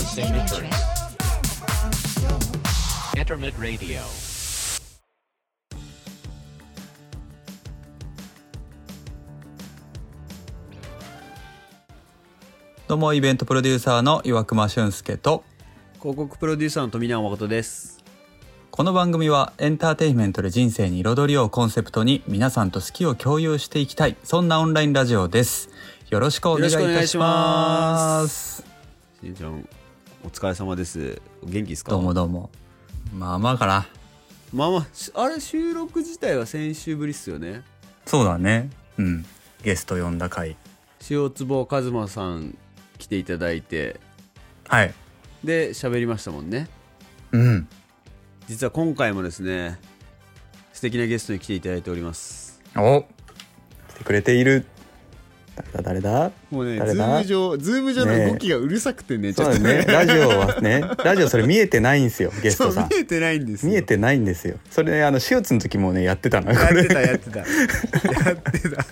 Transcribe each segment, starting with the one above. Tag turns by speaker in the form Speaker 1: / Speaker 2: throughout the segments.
Speaker 1: Sing return. Internet Radio.
Speaker 2: どうもイベントプロデューサーの岩隈俊介と
Speaker 3: 広告プロデューサーの富永誠です。
Speaker 2: この番組はエンターテインメントで人生に彩りをコンセプトに皆さんと好きを共有していきたいそんなオンラインラジオですよろしくお願いいたします
Speaker 3: しんちゃん、お疲れ様です。お元気ですか
Speaker 2: どうもどうもまあまあかな
Speaker 3: まあまあ、しあれ、収録自体は先週ぶりっすよね。
Speaker 2: そうだねうんゲスト呼んだ回
Speaker 3: 塩坪和馬さん来ていただいて、
Speaker 2: はい
Speaker 3: で、喋りましたもんね。
Speaker 2: うん
Speaker 3: 実は今回もですね、素敵なゲストに来ていただいております。
Speaker 2: お来てくれている誰だ
Speaker 3: もうね、
Speaker 2: 誰
Speaker 3: ズ
Speaker 2: だ
Speaker 3: ーム上、ズーム上
Speaker 2: ねえ
Speaker 3: の動きがうるさくてね、ち
Speaker 2: そ
Speaker 3: ょ
Speaker 2: う
Speaker 3: っ
Speaker 2: だ
Speaker 3: と
Speaker 2: ね
Speaker 3: ね、
Speaker 2: ラジオはねラジオそれ見えてないんですよゲス
Speaker 3: そ
Speaker 2: ト
Speaker 3: う
Speaker 2: さん
Speaker 3: 見えてないんですよ。
Speaker 2: 見えてないんですよそれねあの手術の時もねやってたのよ
Speaker 3: や
Speaker 2: こ
Speaker 3: っ
Speaker 2: れ
Speaker 3: てた、やってた。やってた。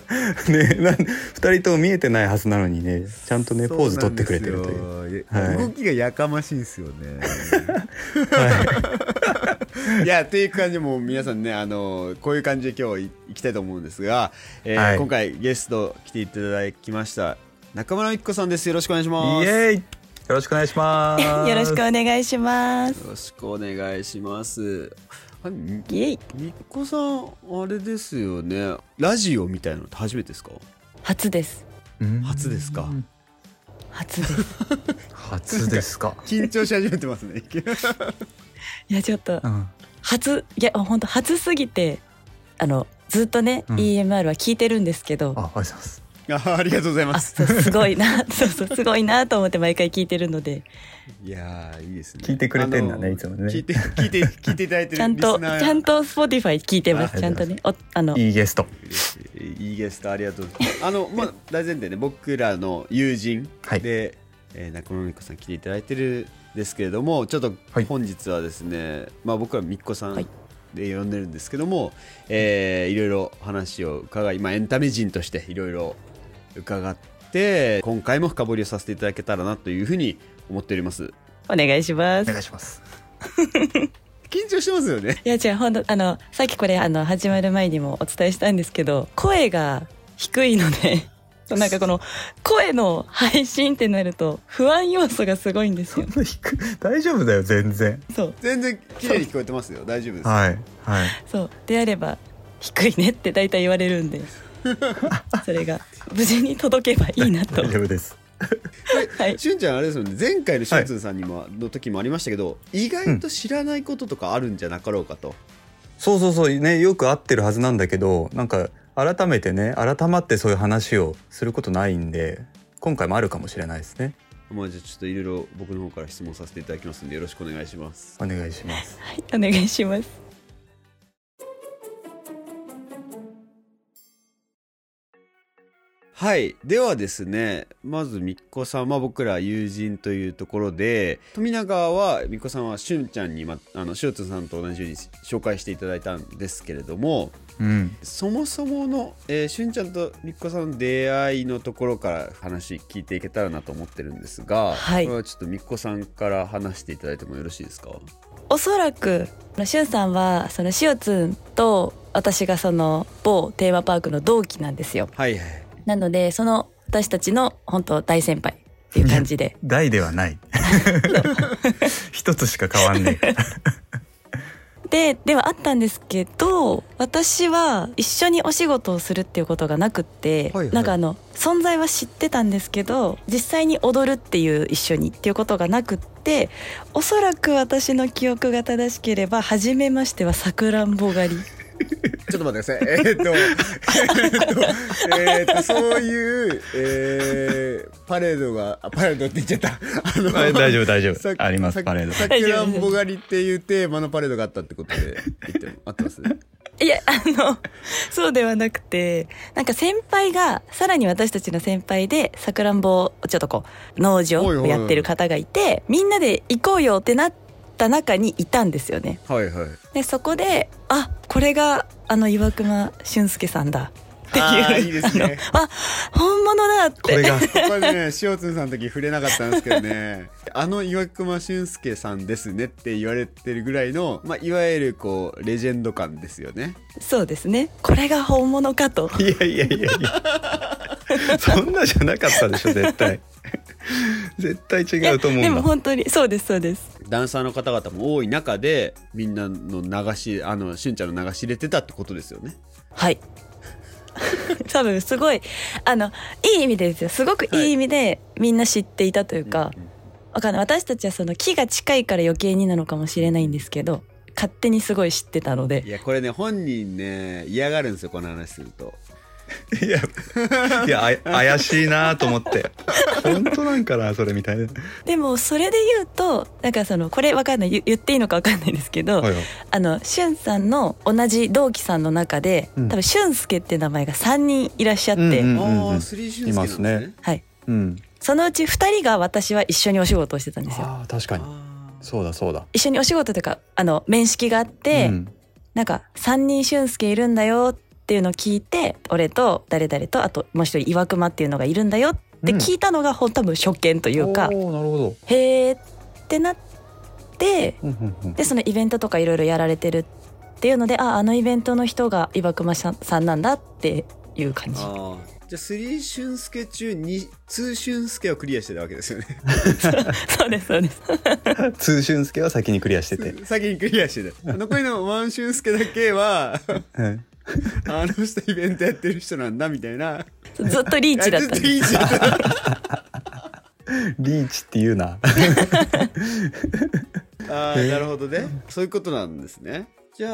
Speaker 2: ねなん2人とも見えてないはずなのにねちゃんとね
Speaker 3: そう
Speaker 2: ポーズ
Speaker 3: な
Speaker 2: 取っ
Speaker 3: ん
Speaker 2: て
Speaker 3: です
Speaker 2: く
Speaker 3: よ
Speaker 2: れてるというはい
Speaker 3: 動きがやかましいんですよね。い、やっていう感じでもう皆さんねあのこういう感じで今日いいきたいと思うんですが、えー
Speaker 2: はい
Speaker 3: 今回ゲスト来ていただきました中村ゆき子さんですよろしくお願いします。
Speaker 2: イ
Speaker 3: よ
Speaker 2: エーイよろしくお願いしま す
Speaker 4: よろしくお願いします。
Speaker 3: ろしくお願いします。あみ
Speaker 4: イエイ
Speaker 3: みっこさんあれですよねラジオみたいなのって初めてですか？
Speaker 4: 初です。
Speaker 2: うん
Speaker 3: 初ですか？
Speaker 4: 初です。
Speaker 2: 初ですか
Speaker 3: 緊張し始めてますね。
Speaker 4: いやちょっと
Speaker 2: うん
Speaker 4: 初いや本当初すぎてあのずっとね、
Speaker 2: うん
Speaker 4: EMR は聞いてるんですけ
Speaker 2: あ
Speaker 4: ど。
Speaker 2: ありがとうございます
Speaker 3: あありがとうございま
Speaker 4: あ
Speaker 3: す。
Speaker 4: そうすごいな そうそうすごいなと思って毎回聞いてるので
Speaker 3: いやーいいですね。
Speaker 2: 聞いてくれてん
Speaker 3: あ
Speaker 2: だね
Speaker 3: のー
Speaker 2: いつもね
Speaker 3: 聞いて聞いて聞いていただい てる
Speaker 4: ちゃんと
Speaker 3: リスナー
Speaker 4: ちゃんと Spotify 聞いてま
Speaker 2: あ
Speaker 4: すちゃんとねおあの
Speaker 2: いいゲスト
Speaker 3: いいゲストありがとうございます。あの まあ大前提ね僕らの友人
Speaker 2: はい
Speaker 3: で、えー中野美子さん来ていただいてるんですけれどもちょっと
Speaker 2: はい
Speaker 3: 本日はですね、まあ僕はみっこさん
Speaker 4: はい
Speaker 3: で呼んでるんですけども、えーいろいろ話を伺い、まあ、エンタメ人としていろいろ伺って今回も深掘りをさせていただけたらなというふうに思っております
Speaker 4: お願いしま
Speaker 2: お
Speaker 4: す
Speaker 2: 願いします
Speaker 3: 緊張してますよね
Speaker 4: いや違う本当あのさっきこれあの始まる前にもお伝えしたんですけど声が低いのでそうなんかこの声の配信ってなると不安要素がすごいんですよ
Speaker 2: そんな低い大丈夫だよ全然
Speaker 4: そう
Speaker 3: 全然綺麗に聞こえてますよ大丈夫です
Speaker 2: はいはい
Speaker 4: そうであれば低いねって大体言われるん でそれが無事に届けばいい なと
Speaker 2: 大丈夫です
Speaker 4: はい
Speaker 3: しゅんちゃんあれですよね前回のしゅんつんさんにも、の時もありましたけど意外と知らないこととかあるんじゃなかろうかと、
Speaker 2: そうそうそうねよく合ってるはずなんだけどなんか改めてね改まってそういう話をすることないんで今回もあるかもしれないですね
Speaker 3: まあじゃあちょっといろいろ僕の方から質問させていただきますんでよろしくお願いします
Speaker 2: お願いします
Speaker 4: はいお願いします
Speaker 3: はいではですねまずみっこさんは僕ら友人というところで富永はみっこさんはしゅんちゃんに、ま、あのしゅんつんさんと同じように紹介していただいたんですけれども
Speaker 2: うん
Speaker 3: そもそもの、えー、しゅんちゃんとみっこさんの出会いのところから話聞いていけたらなと思ってるんですが、
Speaker 4: はい
Speaker 3: これはちょっとみっこさんから話していただいてもよろしいですか
Speaker 4: おそらくあのしゅんさんはそのしおつんと私がその某テーマパークの同期なんですよ
Speaker 3: はいはい
Speaker 4: なのでその私たちの本当大先輩っていう感じ で
Speaker 2: 大ではない 一つしか変わんねえ
Speaker 4: でではあったんですけど私は一緒にお仕事をするっていうことがなくって、
Speaker 3: はいはい
Speaker 4: なんかあの存在は知ってたんですけど実際に踊るっていう一緒にっていうことがなくっておそらく私の記憶が正しければ初めましてはさくらんぼ狩り
Speaker 3: ちょっと待ってくださいえ ーっとえーっとえーっとそういう、えーパレードがあパレードって言っちゃったあの
Speaker 2: はい 大丈夫大丈夫
Speaker 3: さ
Speaker 2: あります
Speaker 3: さ
Speaker 2: パレード
Speaker 3: さくらんぼ狩りっていうテーマのパレードがあったってことで言っても合ってます
Speaker 4: いや、あの、そうではなくて、なんか先輩が、さらに私たちの先輩で、さくらんぼをちょっとこう、農場
Speaker 3: はいはい
Speaker 4: を
Speaker 3: はい
Speaker 4: やってる方がいて、みんなで行こうよってなった中にいたんですよね。
Speaker 3: はいはい
Speaker 4: で、そこで、あ、これが、あの、岩隈俊介さんだ。っていう
Speaker 3: あーいいですね
Speaker 4: あのあ本物だって
Speaker 2: これが
Speaker 3: これね塩津さんの時触れなかったんですけど ねあの岩隈俊介さんですねって言われてるぐらいの、まあ、いわゆるこうレジェンド感ですよね
Speaker 4: そうですねこれが本物かと
Speaker 2: いやいやいやいやそんなじゃなかったでしょ絶対絶対違うと思
Speaker 4: で
Speaker 2: うん
Speaker 4: も
Speaker 2: だ
Speaker 4: 本当にそうですそうです
Speaker 3: ダンサーの方々も多い中でみんなの流しあのしゅんちゃんの流し入れてたってことですよね
Speaker 4: はい多分すごいあのいい意味でですよすごくいい意味でみんな知っていたというか、わかんない私たちはその木が近いから余計になのかもしれないんですけど勝手にすごい知ってたの
Speaker 3: い
Speaker 4: で
Speaker 3: やこれね本人ね嫌がるんですよこの話すると
Speaker 2: いやいやあや怪しいなと思って本当なんかなそれみたいな、
Speaker 4: でもそれで言うとなんかそのこれわかんない言言っていいのかわかんないですけど、
Speaker 2: はいはい
Speaker 4: あのしゅんさんの同じ同期さんの中で、
Speaker 2: うん
Speaker 4: 多分しゅんすけって名前が3人いらっしゃって、
Speaker 2: うんうんうん
Speaker 3: ああスリーシュンなんですね
Speaker 2: いますね
Speaker 4: はい
Speaker 2: うん、
Speaker 4: そのうち2人が私は一緒にお仕事をしてたんですよ。
Speaker 2: ああ確かに
Speaker 3: あー
Speaker 2: そうだそうだ
Speaker 4: 一緒にお仕事というかあの面識があって、
Speaker 2: うん
Speaker 4: なんか3人俊介いるんだよっていうのを聞いて俺と誰々とあともう一人岩隈っていうのがいるんだよって聞いたのが、ほん、多分初見というか
Speaker 2: おーなるほど
Speaker 4: へーってなって
Speaker 2: うんうんうん
Speaker 4: でそのイベントとかいろいろやられてるっていうのでああのイベントの人が岩隈さんさんなんだっていう感じ
Speaker 3: あーじゃあスリーシュンスケ中にツーシュンスケをクリアしてたわけですよね
Speaker 4: そうですそうです
Speaker 2: 通俊介は先にクリアしてて、
Speaker 3: 先にクリアしてた残りのワンシュンスケだけは
Speaker 2: うん、
Speaker 3: あの人イベントやってる人なんだみたいな
Speaker 4: ずっとリーチだったん
Speaker 3: あ
Speaker 4: で
Speaker 3: ず
Speaker 4: す
Speaker 3: といいじゃん
Speaker 2: リーチっていうな
Speaker 3: あーなるほどねそういうことなんですねじゃ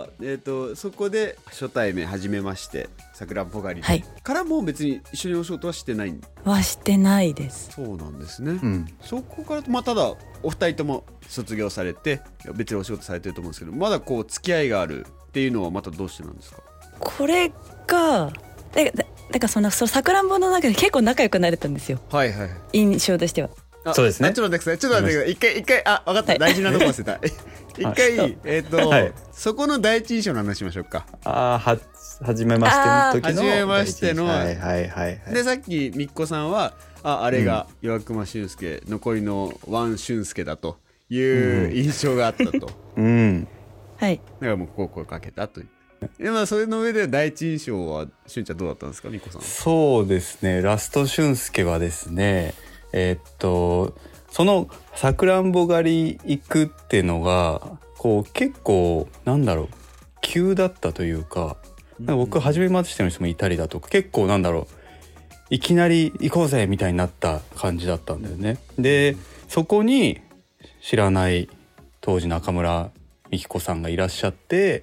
Speaker 3: あ、えー、とそこで初対面初めまして桜んぽ狩り
Speaker 4: はい
Speaker 3: からもう別に一緒にお仕事はしてない
Speaker 4: はしてないです
Speaker 3: そうなんですね、
Speaker 2: うん
Speaker 3: そこからまあただお二人とも卒業されていや別にお仕事されてると思うんですけどまだこう付き合いがあるっていうのはまたどうしてなんですか
Speaker 4: これがだだだからそのそのさくらんぼの中で結構仲良くなれたんですよ
Speaker 3: はいはい
Speaker 4: 印象としては
Speaker 3: あ
Speaker 2: そうですね
Speaker 3: あちょっと待ってくださいちょっと待ってください一回一回あ分かった、
Speaker 4: はい
Speaker 3: 大事なとこ忘 れた一回えっ、と、
Speaker 2: はい
Speaker 3: そこの第一印象の話しましょうか
Speaker 2: ああは初めましての時の
Speaker 3: あー初めましての
Speaker 2: はいはいはいはい
Speaker 3: でさっきみっこさんはああれが岩隈俊介、残りのワン俊介だという印象があったと、だか
Speaker 2: うん
Speaker 4: はい
Speaker 3: らもうこう声かけたというでまあそれの上で第一印象はしゅんちゃんどうだったんですかみっこさん
Speaker 2: そうですねラスト俊介はですねえーっとそのさくらんぼ狩り行くっていうのがこう結構なんだろう急だったというかなんか僕初めましての人もいたりだとか結構なんだろういきなり行こうぜみたいになった感じだったんだよね。でそこに知らない当時中村美紀子さんがいらっしゃって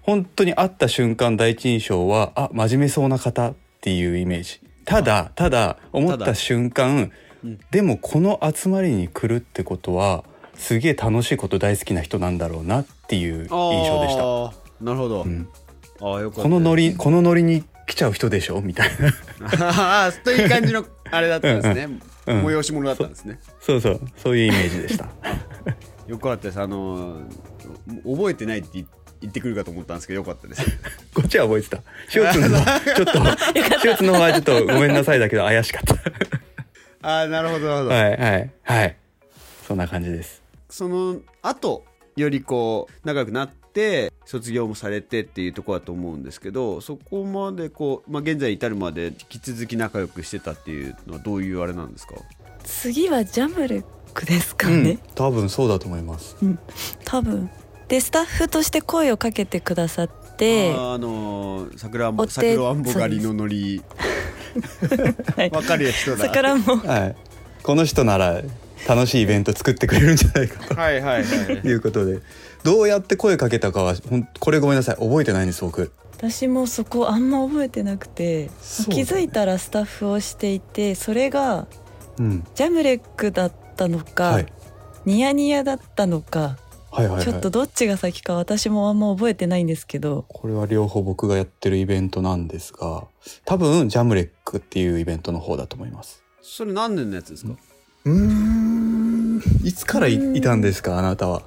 Speaker 2: 本当に会った瞬間第一印象はあ真面目そうな方っていうイメージただただ思った瞬間
Speaker 3: うん
Speaker 2: でもこの集まりに来るってことはすげえ楽しいこと大好きな人なんだろうなっていう印象でした。
Speaker 3: したなるほど、
Speaker 2: うん、
Speaker 3: ああよかった
Speaker 2: このノリこのノリに来ちゃう人でしょみたいな
Speaker 3: あーという感じのあれだったんですね
Speaker 2: うん
Speaker 3: 催し物だったんですね
Speaker 2: そうそうそういうイメージでした
Speaker 3: よかったですあのー覚えてないって言言ってくるかと思ったんですけどよかったです
Speaker 2: こっちは覚えてたシューツの方ちょっとシューツの方はちょっとごめんなさいだけど怪しかった
Speaker 3: ああなるほどなるほど、
Speaker 2: はいはいはいそんな感じです
Speaker 3: その後よりこう仲良くなって卒業もされてっていうところだと思うんですけどそこまでこう、まあ、現在に至るまで引き続き仲良くしてたっていうのはどういうあれなんですか
Speaker 4: 次はジャムルックですかね、
Speaker 2: 多分そうだと思います
Speaker 4: 多分でスタッフとして声をかけてくださって
Speaker 3: あーあのー桜あ
Speaker 4: お
Speaker 3: んぼ
Speaker 4: 手
Speaker 3: 桜あんぼ狩りのノリ
Speaker 4: はい
Speaker 3: わかる人だ
Speaker 4: さくらんぼ
Speaker 2: はいこの人なら楽しいイベント作ってくれるんじゃないか
Speaker 3: はいはいはい
Speaker 2: ということで どうやって声かけたかはほんこれごめんなさい覚えてないんです僕
Speaker 4: 私もそこあんま覚えてなくて、
Speaker 2: そうだ
Speaker 4: 気
Speaker 2: ね
Speaker 4: づいたらスタッフをしていてそれが
Speaker 2: うん
Speaker 4: ジャムレックだったのか、
Speaker 2: はい
Speaker 4: ニヤニヤだったのか、
Speaker 2: はいはいはい
Speaker 4: ちょっとどっちが先か私もあんま覚えてないんですけど
Speaker 2: これは両方僕がやってるイベントなんですが多分ジャムレックっていうイベントの方だと思います
Speaker 3: それ何年のやつですか
Speaker 2: うーんいつからいいたんですかあなたは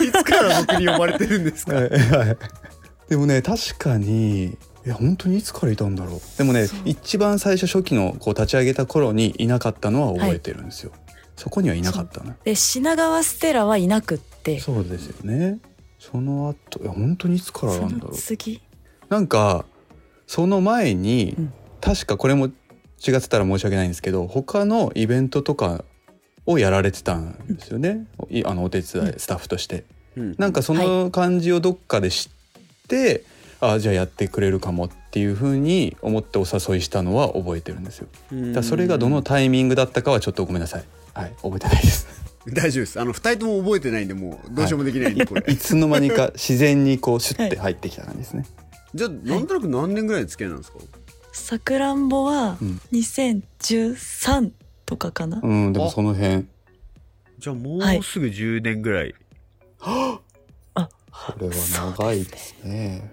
Speaker 3: いつから僕に呼ばれてるんですか
Speaker 2: はいはいでもね確かにいや本当にいつからいたんだろうでもね一番最初初期のこう立ち上げた頃にいなかったのは覚えてるんですよ、そこにはいなかったね
Speaker 4: で品川ステラはいなくってそ
Speaker 2: そうですよねその後いや本当にいつからなんだ
Speaker 4: の
Speaker 2: ろう
Speaker 4: 次
Speaker 2: なんかその前に、
Speaker 4: うん
Speaker 2: 確かこれも違ってたら申し訳ないんですけど他のイベントとかをやられてたんですよね、いあのお手伝いスタッフとして。
Speaker 3: うん
Speaker 2: なんかその感じをどっかで知って、あじゃあやってくれるかもっていうふうに思ってお誘いしたのは覚えてるんですよ。だからそれがどのタイミングだったかはちょっとごめんなさい。はい、覚えてないです。
Speaker 3: 大丈夫ですあの2人とも覚えてないんでもうどうしようもできないんでこれ、
Speaker 2: いつの間にか自然にこうシュッて入ってきた感じですね。
Speaker 3: じゃあなんとなく何年ぐらいの付き合いなんですか、
Speaker 4: さくらんぼは
Speaker 2: うん
Speaker 4: 2013とかかな、
Speaker 2: うん、でもその辺
Speaker 3: じゃあもうすぐ10年ぐらい、
Speaker 2: これは長いですね。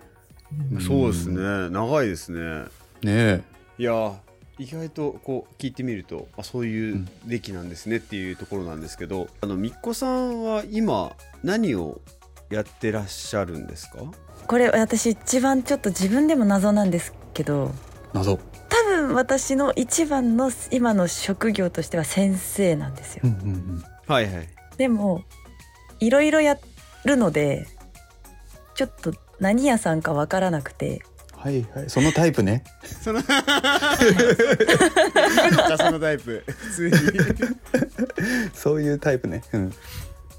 Speaker 2: ん
Speaker 3: そうですね。長いですね
Speaker 2: ねえ。
Speaker 3: いやー意外とこう聞いてみるとあそういう歴なんですねっていうところなんですけど、あのみっこさんは今何をやってらっしゃるんですか
Speaker 4: これ私一番ちょっと自分でも謎なんですけど
Speaker 2: 謎。
Speaker 4: 多分私の一番の今の職業としては先生なんですよ
Speaker 2: うんうんうん。
Speaker 3: はいはい
Speaker 4: でもいろいろやるのでちょっと何屋さんかわからなくて
Speaker 2: はいはい。そのタイプね。
Speaker 3: そのいるのかそのタイプ 普通に
Speaker 2: そういうタイプね。うん。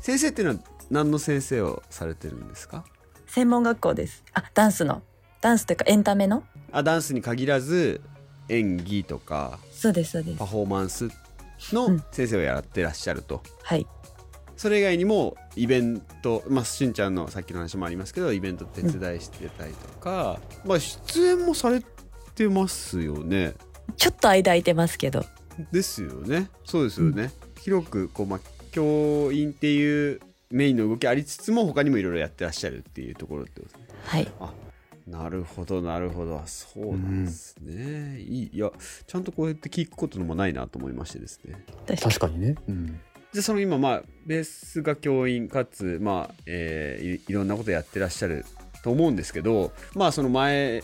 Speaker 3: 先生っていうのは何の先生をされてるんですか
Speaker 4: 専門学校ですあダンスのダンスというかエンタメの
Speaker 3: あダンスに限らず演技とか
Speaker 4: そうですそうです
Speaker 3: パフォーマンス
Speaker 4: う
Speaker 3: の
Speaker 4: ん
Speaker 3: 先生をやってらっしゃると、
Speaker 4: はい
Speaker 3: それ以外にもイベント、まあ、しんちゃんのさっきの話もありますけどイベント手伝いしてたりとか、まあ出演もされてますよね
Speaker 4: ちょっと間空いてますけど
Speaker 3: ですよねそうですよね、広くこう、まあ、教員っていうメインの動きありつつも他にもいろいろやってらっしゃるっていうところってことですね
Speaker 4: はい
Speaker 3: なるほどなるほどあそうなんですね、いいいやちゃんとこうやって聞くこともないなと思いましてですね
Speaker 4: 確かに
Speaker 2: 確かにね。うん。
Speaker 3: でその今まあベースが教員かつまあ、えーいいろんなことやってらっしゃると思うんですけどまあその前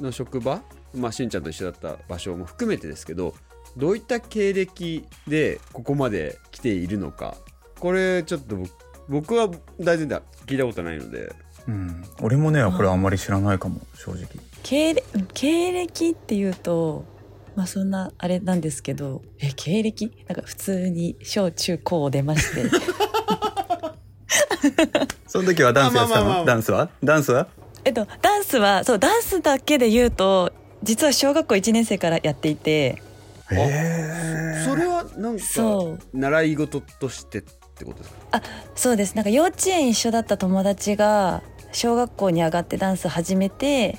Speaker 3: の職場、まあ、しんちゃんと一緒だった場所も含めてですけどどういった経歴でここまで来ているのかこれちょっと僕僕は大前提は聞いたことないので
Speaker 2: うん。俺もね、これあんまり知らないかも、正直。
Speaker 4: 経歴経歴っていうとまあそんなあれなんですけどえ経歴なんか普通に小中高を出まして
Speaker 2: その時はダンスやってた
Speaker 3: あまあまあま
Speaker 2: の
Speaker 3: あ
Speaker 2: ダンスはダンスは
Speaker 4: えっとダンスはそうダンスだけで言うと実は小学校1年生からやっていて
Speaker 3: あ
Speaker 2: え
Speaker 3: それはなんか
Speaker 4: そう
Speaker 3: 習い事としてってことですか
Speaker 4: そうですなんか幼稚園一緒だった友達が小学校に上がってダンス始めて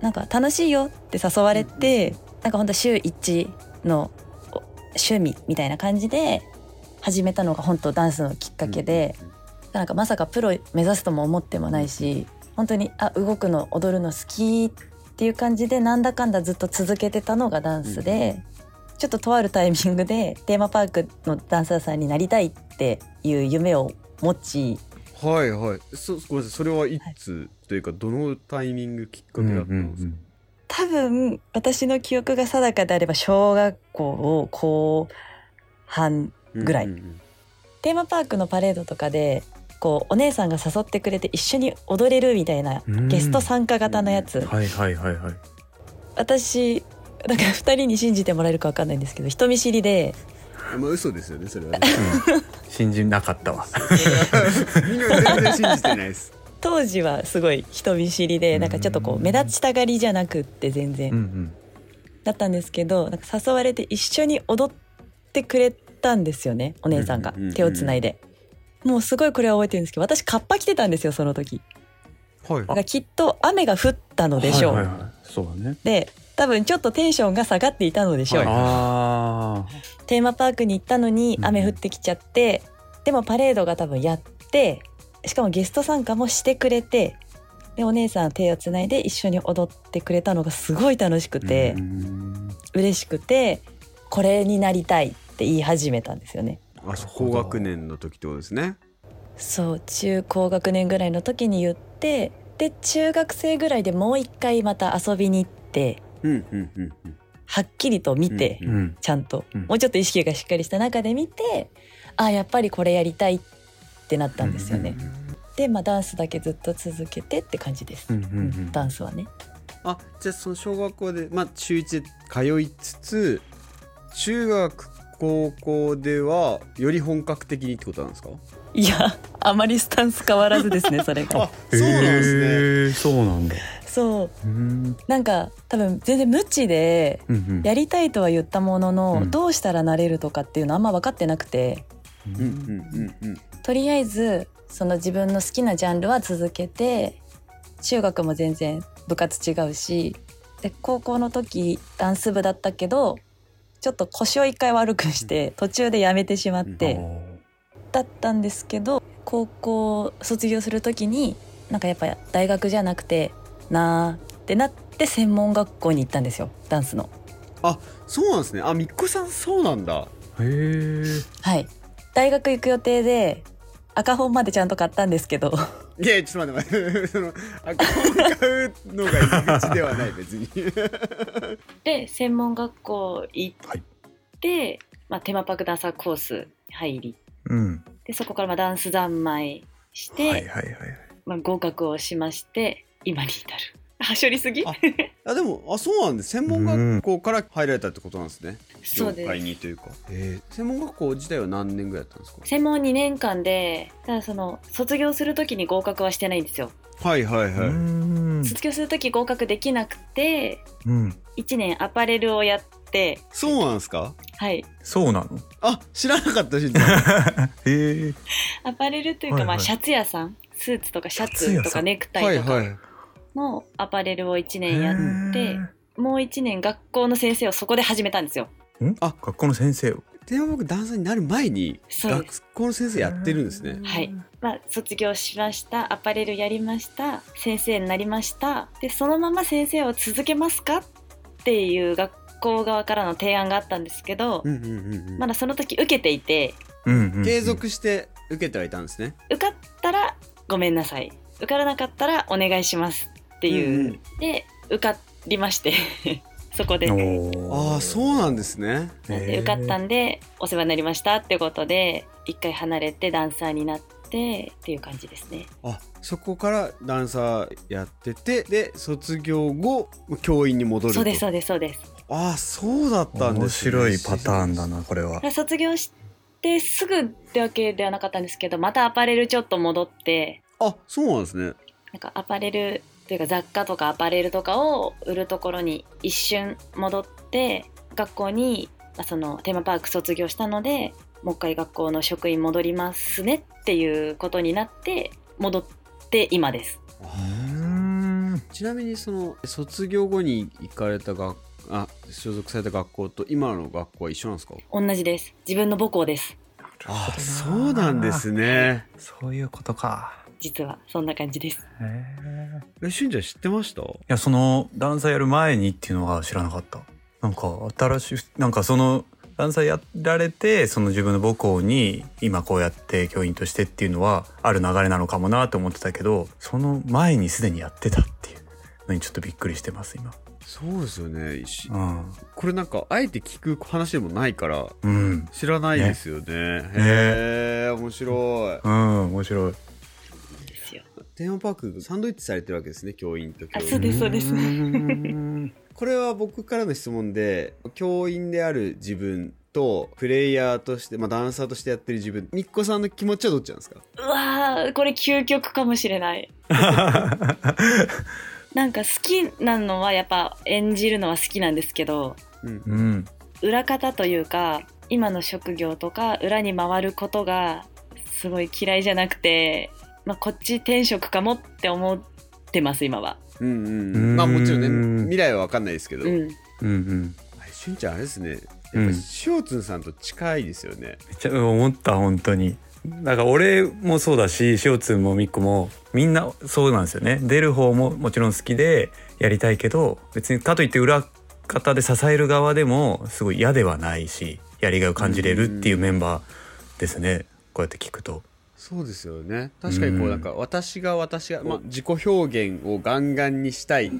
Speaker 4: なんか楽しいよって誘われて、なんかほんと週1のお趣味みたいな感じで始めたのが本当ダンスのきっかけで、なんかまさかプロ目指すとも思ってもないし本当にあ動くの踊るの好きっていう感じでなんだかんだずっと続けてたのがダンスで、ちょっととあるタイミングでテーマパークのダンサーさんになりたいっていう夢を持ち
Speaker 3: はいはいそごめんなさいそれはいつ、というかどのタイミングきっかけだったんですか、
Speaker 4: 多分私の記憶が定かであれば小学校を後半ぐらい
Speaker 3: うんうんうん
Speaker 4: テーマパークのパレードとかでこうお姉さんが誘ってくれて一緒に踊れるみたいな
Speaker 2: うん
Speaker 4: ゲスト参加型のやつ、
Speaker 2: はいはいはいはい。
Speaker 4: 私だから2人に信じてもらえるか分かんないんですけど人見知りで
Speaker 3: まあ嘘ですよねそれはね
Speaker 2: 信じなかったわ。
Speaker 3: みんな全然信じてないです
Speaker 4: 当時はすごい人見知りでなんかちょっとこう目立ちたがりじゃなくって全然、
Speaker 2: うん
Speaker 4: だったんですけどなんか誘われて一緒に踊ってくれたんですよねお姉さんが
Speaker 3: うんうんうん
Speaker 4: 手をつないで。もうすごいこれは覚えてるんですけど私カッパ着てたんですよその時
Speaker 3: はい
Speaker 4: だからきっと雨が降った
Speaker 2: う
Speaker 4: の
Speaker 2: ん。
Speaker 4: でしょう、
Speaker 2: はいはいはいそうだね。
Speaker 4: で多分ちょっとテンションが下がっていたのでしょう、
Speaker 3: はい
Speaker 2: あ
Speaker 4: テーマパークに行ったのに
Speaker 2: うん
Speaker 4: 雨降ってきちゃって、でもパレードが多分やってしかもゲスト参加もしてくれてでお姉さん手をつないで一緒に踊ってくれたのがすごい楽しく
Speaker 2: あ。
Speaker 4: て、
Speaker 2: うん
Speaker 4: 嬉しくてこれになりたいって言い始めたんですよね。
Speaker 3: あそう高学年の時ってことですね
Speaker 4: そう中高学年ぐらいの時に言ってで中学生ぐらいでもう一回また遊びに行って
Speaker 3: うんうんうんうん
Speaker 4: はっきりと見て、
Speaker 3: うん
Speaker 2: うん
Speaker 4: ちゃんと、
Speaker 2: うん
Speaker 4: もうちょっと意識がしっかりした中で見てあやっぱりこれやりたいってなったんですよね。
Speaker 2: うん
Speaker 4: で、まあ、ダンスだけずっと続けてって感じです。
Speaker 2: うんうんうん
Speaker 4: ダンスはね
Speaker 3: あじゃあその小学校で、まあ、中1で通いつつ中学高校ではより本格的にってことなんですか
Speaker 4: いやあまりスタンス変わらずですねそれが
Speaker 3: そうなんですね
Speaker 2: へーそうなんだ。
Speaker 4: そう
Speaker 2: うん
Speaker 4: なんか多分全然無知で
Speaker 2: うんうん
Speaker 4: やりたいとは言ったものの、
Speaker 2: うん
Speaker 4: どうしたらなれるとかっていうのあんま分かってなくて
Speaker 3: うんうんうんうん
Speaker 4: とりあえずその自分の好きなジャンルは続けて中学も全然部活違うしで高校の時ダンス部だったけどちょっと腰を一回悪くして途中でやめてしまって、だったんですけど高校卒業する時になんかやっぱ大学じゃなくてなーってなって専門学校に行ったんですよダンスの。
Speaker 3: そうなんですねあみっこさんそうなんだ
Speaker 2: あーへ
Speaker 4: はい大学行く予定で赤本までちゃんと買ったんですけど
Speaker 3: いやちょっと待って待って そのアカウント買うのが入り口ではない別 に
Speaker 4: で専門学校行
Speaker 2: は
Speaker 4: って、まあ、テーマパークダンサーコース入り
Speaker 2: うん
Speaker 4: でそこからまあダンス三昧して、
Speaker 2: はいはいはいはい。
Speaker 4: まあ、合格をしまして今に至る。はしょりすぎ
Speaker 3: ああでもあそうなんです専門学校から入られたってことなんですね
Speaker 4: そう
Speaker 3: 業界
Speaker 4: で
Speaker 3: に
Speaker 4: す
Speaker 3: というか、えー、専門学校自体は何年ぐらいだったんですか
Speaker 4: 専門2年間でただその卒業する時に合格はしてないんですよ、
Speaker 3: はいはいはい、
Speaker 2: うん
Speaker 4: 卒業する時合格できなくて
Speaker 2: うん
Speaker 4: 1年アパレルをやって
Speaker 3: そうなんですか
Speaker 4: はい
Speaker 2: そうなの。
Speaker 3: あ知らなかったしんち ゃん
Speaker 2: へえ。
Speaker 4: アパレルというか、
Speaker 2: はいはい
Speaker 4: まあ、シャツ屋さんスーツとかシャ
Speaker 2: シャツ
Speaker 4: ツ
Speaker 2: 屋
Speaker 4: と
Speaker 2: さ
Speaker 4: か
Speaker 2: ん
Speaker 4: ネクタ
Speaker 3: は
Speaker 4: イ
Speaker 3: い
Speaker 4: とか
Speaker 3: はい
Speaker 4: のアパレルを1年やって、もう1年学校の先生をそこで始めたんですよ
Speaker 2: へー。ん
Speaker 3: あ
Speaker 2: 学校の先生を。
Speaker 3: でも僕ダンサーになる前に
Speaker 4: そうです
Speaker 3: 学校の先生やってるんですね
Speaker 4: はい。まあ、卒業しましたアパレルやりました先生になりましたでそのまま先生を続けますかっていう学校側からの提案があったんですけど、
Speaker 3: うんうんうんうん
Speaker 4: まだその時受けていて
Speaker 2: うんうんうん
Speaker 3: 継。続して受けてはいたんですね
Speaker 4: 受かったらごめんなさい受からなかったらお願いしますっていう、
Speaker 3: うんうん
Speaker 4: で受かりまして そこでなんで
Speaker 3: ああそうなんですね
Speaker 4: 受かったんでお世話になりましたってことで一回離れてダンサーになってっていう感じですね
Speaker 3: あそこからダンサーやっててで卒業後教員に戻ると
Speaker 4: そうですそうですそうです
Speaker 3: ああそうだったん
Speaker 2: 面
Speaker 3: ですね、
Speaker 2: 白いパターンだなこれは。
Speaker 4: 卒業してすぐってわけではなかったんですけどまたアパレルちょっと戻って
Speaker 3: あそうなんですね
Speaker 4: なんかアパレルというか雑貨とかアパレルとかを売るところに一瞬戻って学校にまあそのテーマパーク卒業したのでもう一回学校の職員戻りますねっていうことになって戻って今です。
Speaker 2: うん
Speaker 3: ちなみにその卒業後に行かれた学あ所属された学校と今の学校は一緒なんですか
Speaker 4: 同じです。自分の母校です。
Speaker 3: ああそうなんですね
Speaker 2: そういうことか。
Speaker 4: 実はそんな感じです。
Speaker 2: へえ。
Speaker 3: えしゅんちゃん知ってました
Speaker 2: いやそのダンサーやる前にっていうのは知らなかったなんか新しいなんかそのダンサーやられてその自分の母校に今こうやって教員としてっていうのはある流れなのかもなと思ってたけどその前にすでにやってたっていうのにちょっとびっくりしてます今
Speaker 3: そうですよねし
Speaker 2: うん
Speaker 3: これなんかあえて聞く話でもないから
Speaker 2: うん
Speaker 3: 知らないですよねへえ面白
Speaker 2: うん面白い
Speaker 4: ですよ。
Speaker 3: いテーマパークサンドイッチされてるわけですね教員と教
Speaker 4: あそう
Speaker 3: 員
Speaker 4: ですそうです
Speaker 2: ん
Speaker 3: これは僕からの質問で教員である自分とプレイヤーとして、まあ、ダンサーとしてやってる自分みっこさんの気持ちはどっちなんですか
Speaker 4: うわーこれ究極かもしれない。なんか好きなのはやっぱ演じるのは好きなんですけど
Speaker 3: うん
Speaker 2: うん
Speaker 4: 裏方というか今の職業とか裏に回ることがすごい嫌いじゃなくて、まあ、こっち転職かもって思ってます今は。
Speaker 3: うんうん
Speaker 2: うん
Speaker 3: まあもちろんね未来は分かんないですけど、
Speaker 4: う
Speaker 3: あれ
Speaker 4: ん、
Speaker 2: うんうん
Speaker 3: しゅんちゃんあれですね
Speaker 2: う
Speaker 3: やっぱ
Speaker 2: ん
Speaker 3: しおつんさんと近いですよね、
Speaker 2: めっちゃ思った本当になんか俺もそうだししおつんもみっこもみんなそうなんですよね出る方ももちろん好きでやりたいけど別にかといって裏方で支える側でもすごい嫌ではないしやりがいを感じれるっていうメンバーですねこうやって聞くと
Speaker 3: そうですよね確かにこ
Speaker 2: う
Speaker 3: うんなんか私が私が、まあ、自己表現をガンガンにしたいっ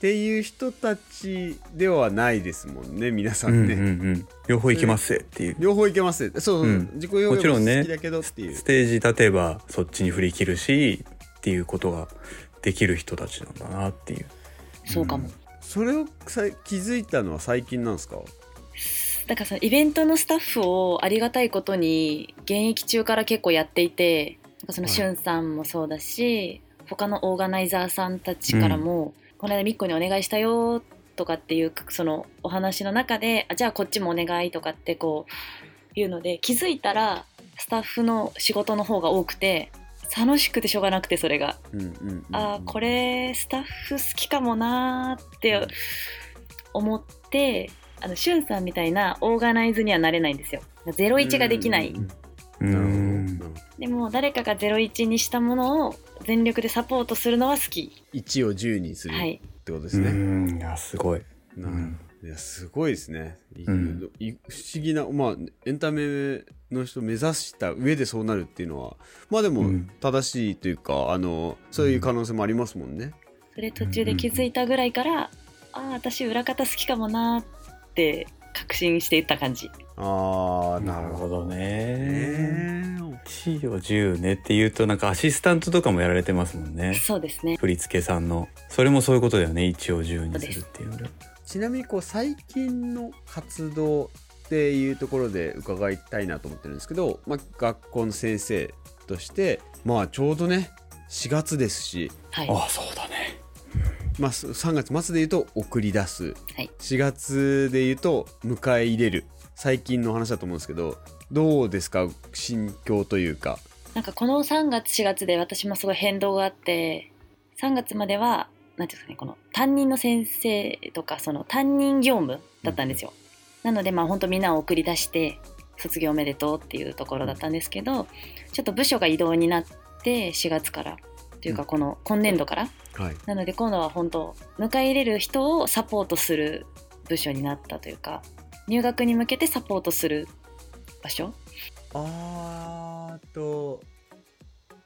Speaker 3: ていう人たちではないですもんね皆さ
Speaker 2: うんん
Speaker 3: ね、
Speaker 2: うんうん、両方いきますっていう
Speaker 3: 両方いけますそうそう、
Speaker 2: うん
Speaker 3: 自己表
Speaker 2: もち
Speaker 3: 現も
Speaker 2: ろんね
Speaker 3: 好きだけどっていう、
Speaker 2: ステージ立てばそっちに振り切るしっていうことができる人たちなんだなっていう
Speaker 4: そうかも。
Speaker 3: それをさ気づいたのは最近なんですか
Speaker 4: だからさイベントのスタッフをありがたいことに現役中から結構やっていてなんかその
Speaker 3: はい
Speaker 4: しゅんさんもそうだし、他のオーガナイザーさんたちからも、この間みっこにお願いしたよとかっていうそのお話の中であじゃあこっちもお願いとかってこういうので気づいたらスタッフの仕事の方が多くて楽しくてしょうがなくてそれが
Speaker 3: うんうんうんうん
Speaker 4: あーこれスタッフ好きかもなーって思ってあのしゅんさんみたいなオーガナイズにはなれないんですよ01ができない、
Speaker 3: うんうん
Speaker 2: う
Speaker 3: うん
Speaker 2: ん
Speaker 3: なるほど
Speaker 4: でも誰かが01にしたものを全力でサポートするのは好き、
Speaker 3: 1を10にするっ
Speaker 4: はい
Speaker 3: てことです
Speaker 2: う
Speaker 3: ね、
Speaker 2: んいやすごい
Speaker 3: なるほどいやすごいですね、い
Speaker 2: うん
Speaker 3: い不思議なまあエンタメの人目指した上でそうなるっていうのはまあで
Speaker 2: う
Speaker 3: も
Speaker 2: ん
Speaker 3: 正しいというか、あのそういう可能性もありますもんね、
Speaker 4: それ途中で気づいたぐらいから、ああ私裏方好きかもなーって確信していった感じ
Speaker 3: ああ
Speaker 2: なるほどね
Speaker 3: ね
Speaker 2: 1を10ねっていうとなんかアシスタントとかもやられてますもんね
Speaker 4: そうですね
Speaker 2: 振付さんのそれもそういうことだよね1を10にするっていうので
Speaker 3: ちなみにこう最近の活動っていうところで伺いたいなと思ってるんですけど、まあ、学校の先生としてまあちょうどね4月ですし、
Speaker 4: はい
Speaker 2: あそうだね
Speaker 3: まあ、そ3月末で言うと送り出す
Speaker 4: はい
Speaker 3: 4月で言うと迎え入れる最近の話だと思うんですけどどうですか心境というか
Speaker 4: なんかこの3月4月で私もすごい変動があって3月まではなんていうんですかねこの担任の先生とかその担任業務だったんですよ、なのでまあ本当みんなを送り出して卒業おめでとうっていうところだったんですけどちょっと部署が異動になって4月からというかこの今年度から、
Speaker 3: はい
Speaker 4: なので今度は本当迎え入れる人をサポートする部署になったというか入学に向けてサポートする場所
Speaker 3: あーと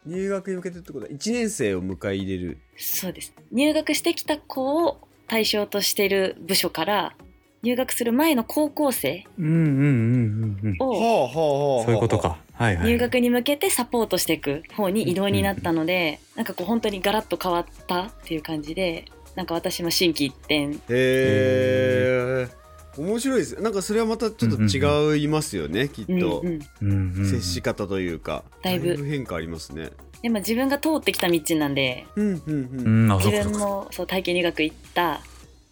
Speaker 3: 入学に向けてってことは1年生を迎え入れる
Speaker 4: そうです入学してきた子を対象としている部署から入学する前の高校生
Speaker 2: うんうんうんうんうん
Speaker 4: を
Speaker 3: あはあ
Speaker 2: そういうことかはいはい
Speaker 4: 入学に向けてサポートしていく方に移動になったのでなんかこう本当にガラッと変わったっていう感じでなんか私も心機一転
Speaker 3: へえ面白いですなんかそれはまたちょっと違いますよね、きっ
Speaker 4: うん
Speaker 3: と、
Speaker 4: うん
Speaker 2: うんうん
Speaker 3: 接し方というか
Speaker 4: だいぶ
Speaker 3: 変化ありますね
Speaker 4: でも自分が通ってきた道なんで
Speaker 3: うんうんうん
Speaker 2: うんあそ
Speaker 4: 自
Speaker 2: うかそ
Speaker 4: 分
Speaker 2: うか
Speaker 4: もそう体験入学行った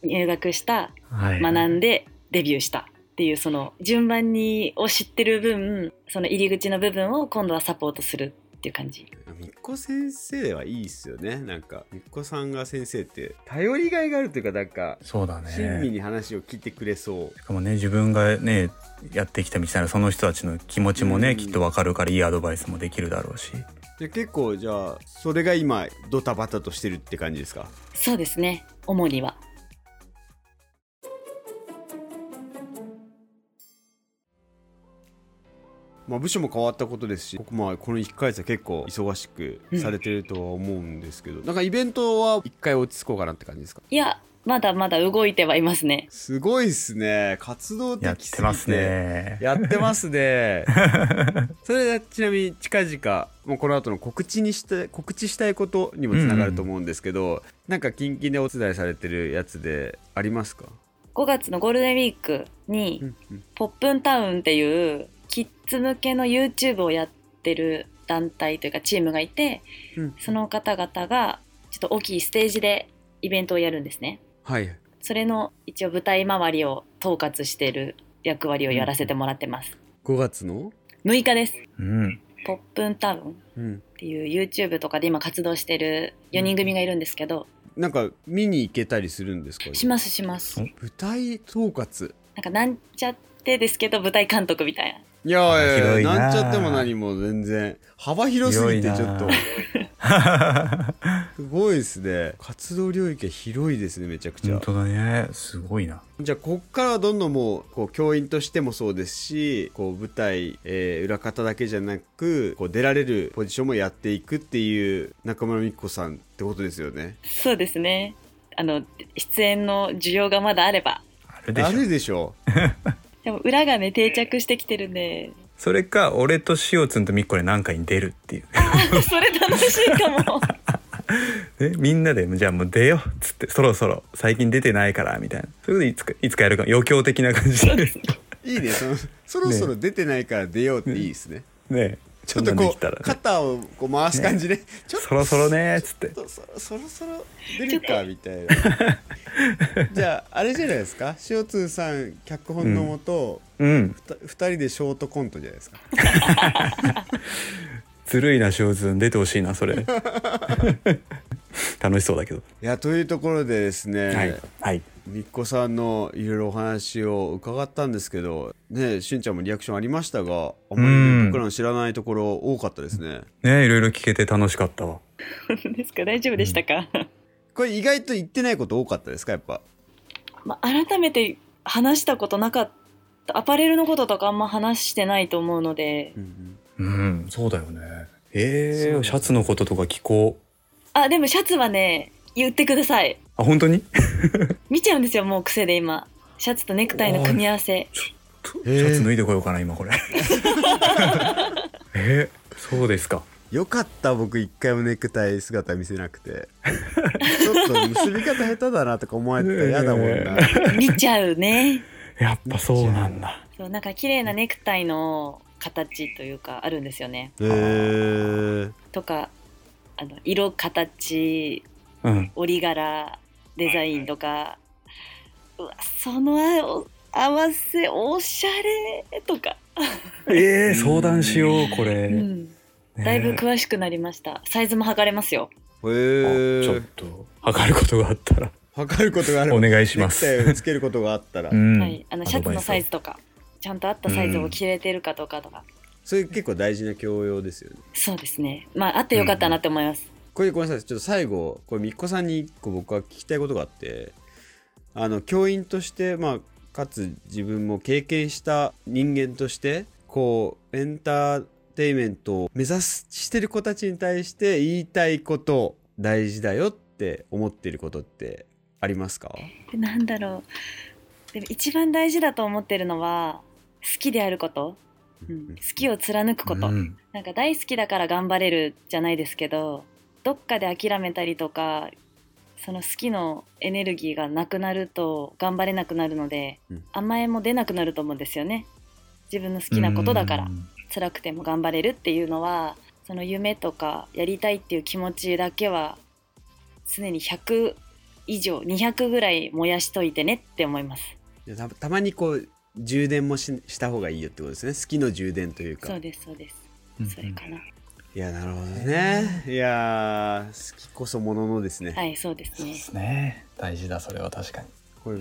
Speaker 4: 入学した
Speaker 2: はい
Speaker 4: 学んでデビューしたっていうその順番にを知ってる分その入り口の部分を今度はサポートするっていう感じ
Speaker 3: みっこ先生はいいっすよねなんかみっこさんが先生って頼りがいがあるというかなんか
Speaker 2: そうだね
Speaker 3: 親身に話を聞いてくれそう
Speaker 2: しかもね自分がねやってきた道ならその人たちの気持ちもね、
Speaker 3: うん
Speaker 2: きっとわかるからいいアドバイスもできるだろうし
Speaker 3: で結構じゃあそれが今ドタバタとしてるって感じですか
Speaker 4: そうですね主には
Speaker 3: まあ部署も変わったことですし僕まあこの1ヶ月は結構忙しくされてるとは思うんですけど、なんかイベントは1回落ち着こうかなって感じですか
Speaker 4: いやまだまだ動いてはいますね
Speaker 3: すごいっすね活動的
Speaker 2: やってますね
Speaker 3: やってます ねそれでちなみに近々もうこの後の告知にして告知したいことにもつながると思うんですけど、なんか近々でお伝えされてるやつでありますか、
Speaker 4: 5月のゴールデンウィークに「ポップンタウン」っていうキッズ向けの YouTube をやってる団体というかチームがいて
Speaker 3: うん
Speaker 4: その方々がちょっと大きいステージでイベントをやるんですね
Speaker 3: はい
Speaker 4: それの一応舞台周りを統括してる役割をやらせてもらってます
Speaker 3: 5月の、
Speaker 4: 6日です
Speaker 2: うん
Speaker 4: 「ポップンタウン」
Speaker 3: うん、
Speaker 4: っていう YouTube とかで今活動してる4人組がいるんですけど
Speaker 3: なんか見に行けたりするんですか
Speaker 4: しますします
Speaker 3: 舞台統括
Speaker 4: なんかなんちゃってですけど舞台監督みたいない
Speaker 3: やいやいや
Speaker 2: 広いな
Speaker 3: なんちゃっても何も全然幅広すぎてち
Speaker 2: 広い
Speaker 3: ょ
Speaker 2: な
Speaker 3: っと すごいですね活動領域が広いですねめちゃくちゃ
Speaker 2: 本当だねすごいな
Speaker 3: じゃあこっからはどんどんもうこう教員としてもそうですしこう舞台、えー裏方だけじゃなくこう出られるポジションもやっていくっていう中村美紀子さんってことですよね
Speaker 4: そうですね。あの、出演の需要がまだあれば。
Speaker 2: あるで
Speaker 3: あ
Speaker 2: しょ
Speaker 3: るでしょ
Speaker 4: でも裏がね、定着してきてるんで、
Speaker 2: それか俺としおつんとみっこで何かに出るっていう
Speaker 4: あそれ楽しいかも。
Speaker 2: えみんなでじゃあもう出ようっつってそろそろ最近出てないからみたいなそういうこといつかいつかやるか余興的な感じで
Speaker 3: いいねそのそろそろ出てないから出ようっていいですね
Speaker 2: ね
Speaker 3: ちょっとこ
Speaker 2: そ
Speaker 3: う
Speaker 2: んなんできたらね
Speaker 3: 肩をこう回す感じで、ちょっと
Speaker 2: そろそろねっつって
Speaker 3: ちょっとそそろそろ出るかみたいな じゃああれじゃないですか塩通さん脚本のもと、
Speaker 2: うん
Speaker 3: ふた二人でショートコントじゃないですか
Speaker 2: ずるいなしおつん出てほしいなそれ 楽しそうだけど
Speaker 3: いやというところでですね、
Speaker 2: はいはい
Speaker 3: みっこさんのいろいろお話を伺ったんですけどねしゅんちゃんもリアクションありましたがあま
Speaker 2: うん
Speaker 3: り僕らの知らないところ多かったですね
Speaker 2: ねいろいろ聞けて楽しかったわ
Speaker 4: ですか大丈夫でしたか、
Speaker 3: これ意外と言ってないこと多かったですかやっぱ
Speaker 4: まあ、改めて話したことなかった。アパレルのこととかあんま話してないと思うので。
Speaker 2: うんそうだよねえー、シャツのこととか聞こう
Speaker 4: あ、でもシャツはね、言ってください。
Speaker 2: あ本当に
Speaker 4: 見ちゃうんですよ、もう癖で今。シャツとネクタイの組み合わせ。
Speaker 2: シャツ脱いでこようかな今これ えー、そうですか
Speaker 3: よかった僕一回もネクタイ姿見せなく てちょっと結び方下手だなとか思われてたら嫌だも んな
Speaker 4: 見ちゃうね。
Speaker 2: やっぱそうなんだ
Speaker 4: そうなんか綺麗なネクタイの形というかあるんですよね。
Speaker 3: へー
Speaker 4: とかあの色形
Speaker 2: うん
Speaker 4: 折り柄デザインとか、うわそのあお合わせおしゃれとか、
Speaker 2: えー、相談しようこれ、
Speaker 4: うん、
Speaker 2: ね
Speaker 4: だいぶ詳しくなりました。サイズも測れますよ。
Speaker 3: へ
Speaker 2: あちょっ
Speaker 3: ー
Speaker 2: と測ることがあったら
Speaker 3: 測ることがあれば
Speaker 2: お願いします
Speaker 3: ネクタイをつけることがあったら
Speaker 2: ん
Speaker 4: はい、あのシャツのサイズとかちゃんと合ったサイズを着れてるかとかとか、
Speaker 3: それ結構大事な教養ですよね
Speaker 4: そうですね。まああってよかったなって思います。
Speaker 3: これごめんなさいちょっと最後これみっこさんに一個僕は聞きたいことがあってあの教員としてまあかつ自分も経験した人間としてこうエンターテインメントを目指すしてる子たちに対して言いたいこと大事だよって思ってることってありますか
Speaker 4: でなんだろうでも一番大事だと思ってるのは好きであること、うん好きを貫くこと、
Speaker 2: うん
Speaker 4: なんか大好きだから頑張れるじゃないですけどどっかで諦めたりとかその好きのエネルギーがなくなると頑張れなくなるので、
Speaker 3: うん
Speaker 4: 甘えも出なくなると思うんですよね自分の好きなことだから、
Speaker 2: うん
Speaker 4: 辛くても頑張れるっていうのはその夢とかやりたいっていう気持ちだけは常に100以上200ぐらい燃やしといてねって思います
Speaker 3: いやたたまにこう充電もしした方がいいよってことですね好きの充電というか
Speaker 4: そうですそうです、それかない
Speaker 3: やなるほどねいやー好きこそもののですね
Speaker 4: はいそうですね
Speaker 2: ですね大事だそれは確かに
Speaker 3: これ、あ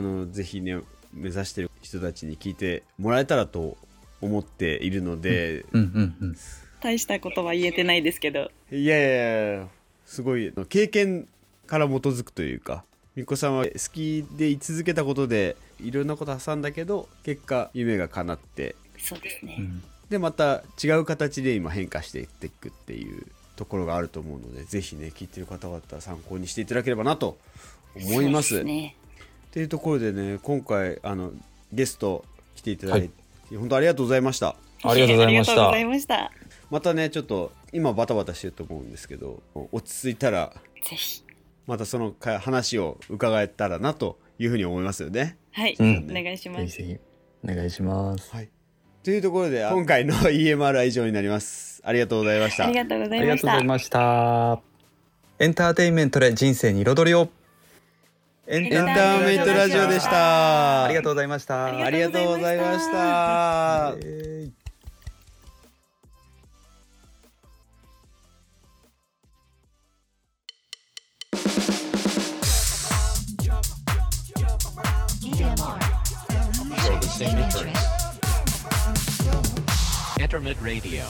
Speaker 3: のぜひね目指してる人たちに聞いてもらえたらと思っているので、
Speaker 2: うんうんうん
Speaker 4: 大したことは言えてないですけど
Speaker 3: いやいやいやすごいあの経験から基づくというかみっこさんは好きでい続けたことでいろんなこと挟んだけど結果夢が叶って
Speaker 4: そうですね、
Speaker 3: でまた違う形で今変化していっていくっていうところがあると思うのでぜひね聞いてる方々参考にしていただければなと思いま
Speaker 4: そう
Speaker 3: す
Speaker 4: で。ね
Speaker 3: っていうところでね今回あのゲスト来ていただいて、本当ありがとうございました
Speaker 2: ありがとうございました
Speaker 4: ありがとうございました
Speaker 3: またねちょっと今バタバタしてると思うんですけど落ち着いたら
Speaker 4: ぜひ
Speaker 3: またそのか話を伺えたらなというふうに思いますよね。
Speaker 4: はい、
Speaker 2: うん
Speaker 4: お願いしま
Speaker 2: ぜひ
Speaker 4: す
Speaker 2: ぜひお願いします
Speaker 3: はい、というところであ今回の EMR は以上になります。ありがとうございまし
Speaker 4: あ
Speaker 3: た
Speaker 4: り。がとうござ
Speaker 2: あ
Speaker 4: い
Speaker 2: りが
Speaker 4: まし
Speaker 2: とうござ
Speaker 4: た
Speaker 2: いましたエンターテインメントで人生に彩りをエン
Speaker 3: エンターメイトラジオでした。
Speaker 2: ありがとうございました
Speaker 4: ありがとうございました
Speaker 3: ありがとうございました
Speaker 2: イエーイ
Speaker 5: internet radio.